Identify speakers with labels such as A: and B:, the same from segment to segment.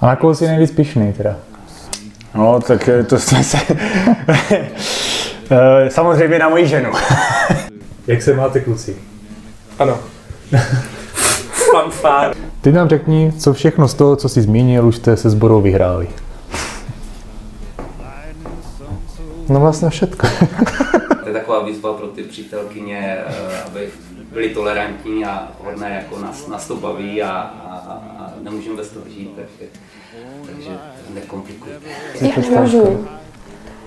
A: A na koho jsi nejvíc pišný teda?
B: No, tak eh, to jsme se... Eh, Samozřejmě na moji ženu.
A: Jak se máte kluci?
C: Ano. Fanfár.
A: Ty nám řekni, co všechno z toho, co jsi zmínil, už jste se sborou vyhráli. No vlastně všetko.
D: To je taková výzva pro ty přítelkyně, eh, aby byli tolerantní a hodné, jako nás, nás to baví a, a, a nemůžeme bez toho žít, takže, takže nekomplikujte.
E: Já uvažuji.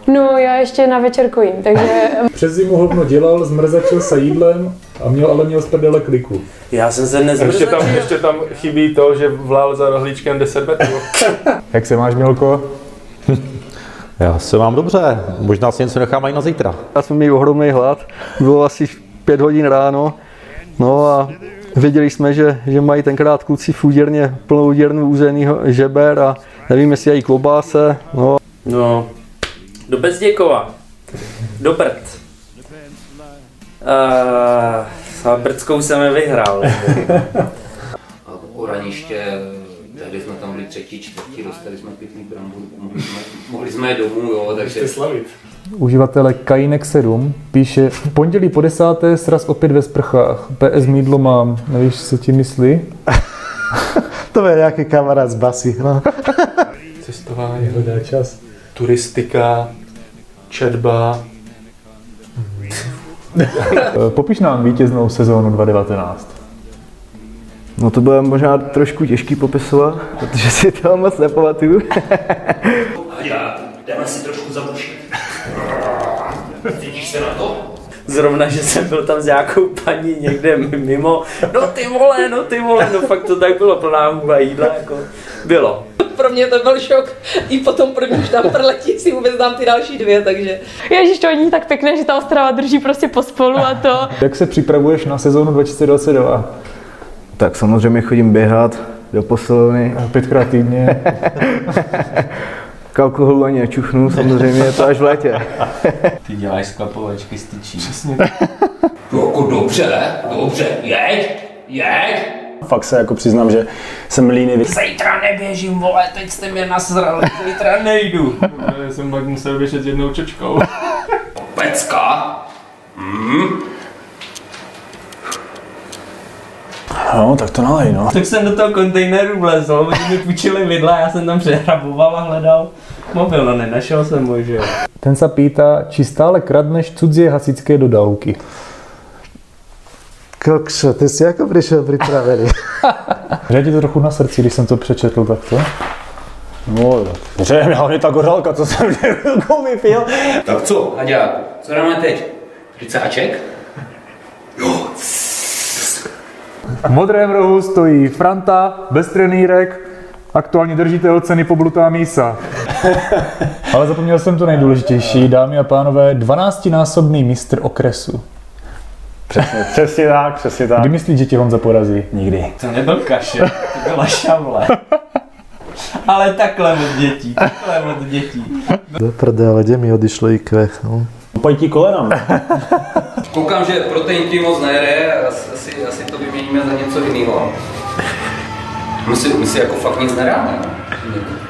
E: No, já ještě na večerku jim, takže
A: Přes zimu hovno dělal, zmrzačil se jídlem a měl ale měl z prdele kliku.
F: Já jsem se
C: Ještě
F: nezmrzl.
C: tam, ještě tam chybí to, že vlál za rohlíčkem 10 metrů.
A: Jak se máš, Milko?
G: Já se mám dobře, možná si něco nechám i na zítra.
H: Já jsme měli ohromný hlad, bylo asi 5 hodin ráno, no a věděli jsme, že, že mají tenkrát kluci v úděrně plnou úděrnu uzenýho žeber a nevím, jestli jají klobáse, no
F: No,
C: Do Bezděkova.
I: Do Brd. Uh, a Brdskou jsem nevyhrál.
D: A o raniště, eh, tehdy jsme tam byli třetí, čtvrtí, dostali jsme pěkný brambor, mohli jsme, mohli jsme jít domů, jo, takže
A: Uživatele Kainek 7 píše V pondělí po desáté sraz opět ve sprchách. PS mídlo mám. Nevíš, co ti myslí?
B: To je nějaký kamarád z basy. No.
C: Cestování,
A: Hledá čas.
C: turistika, četba.
A: Eh, Popiš nám vítěznou sezónu 2019.
H: No to bylo možná trošku těžký popisovat, protože si to moc nepamatuju.
I: Zrovna, že jsem byl tam s nějakou paní někde mimo. No ty vole, no ty vole, no fakt to tak bylo plná huba jídla, jako bylo.
J: Pro mě to byl šok. I potom první už tam prletí si vůbec dám ty další dvě, takže...
E: Ježíš, to není tak pěkné, že ta Ostrava drží prostě pospolu a to.
A: Jak se připravuješ na sezónu 2022?
H: Tak samozřejmě chodím běhat do posilovny,
A: Pětkrát týdně.
H: k alkoholu ani nečuchnu, samozřejmě je to až v létě.
I: Ty děláš sklapovačky z tyčí.
D: jako dobře, dobře, jeď, jeď.
B: Fakt se jako přiznám, že jsem líný.
I: Zítra neběžím, vole, teď jste mě nasral, zítra nejdu.
C: Já jsem pak musel běžet s jednou čočkou.
D: Pecka,
B: No, tak to nalej, no.
I: Tak jsem do toho kontejneru vlezl, oni mi půjčili vidla, já jsem tam přehraboval a hledal mobil, no nenašel jsem ho, že jo.
A: Ten se pýta, či stále kradneš cudzie hasičské dodávky.
B: Kokšo, ty jsi jako přišel připravený.
A: Že ti to trochu na srdci, když jsem to přečetl takto?
B: No, že mě hlavně ta gořálka, co jsem vypil.
D: Tak co, Haďa, co dáme teď? Ricáček? Jo,
A: V modrém rohu stojí Franta, bez trenýrek, aktuální držitel ceny poblutá mísa. Ale zapomněl jsem to nejdůležitější, dámy a pánové, 12-násobný mistr okresu.
B: Přesně tak, přesně tak.
A: Kdy myslíš, že tě Honza porazí?
B: Nikdy.
I: To nebyl kaše, to byla šavle. Ale takhle od dětí, takhle od dětí.
H: Do prdele, kde mi odešlo IQ? No.
B: Pojď ti kolenám.
D: Koukám, že protein ti moc nejede, as- asi, asi to vyměníme za něco jiného. My si, my si jako fakt nic nedáme. no.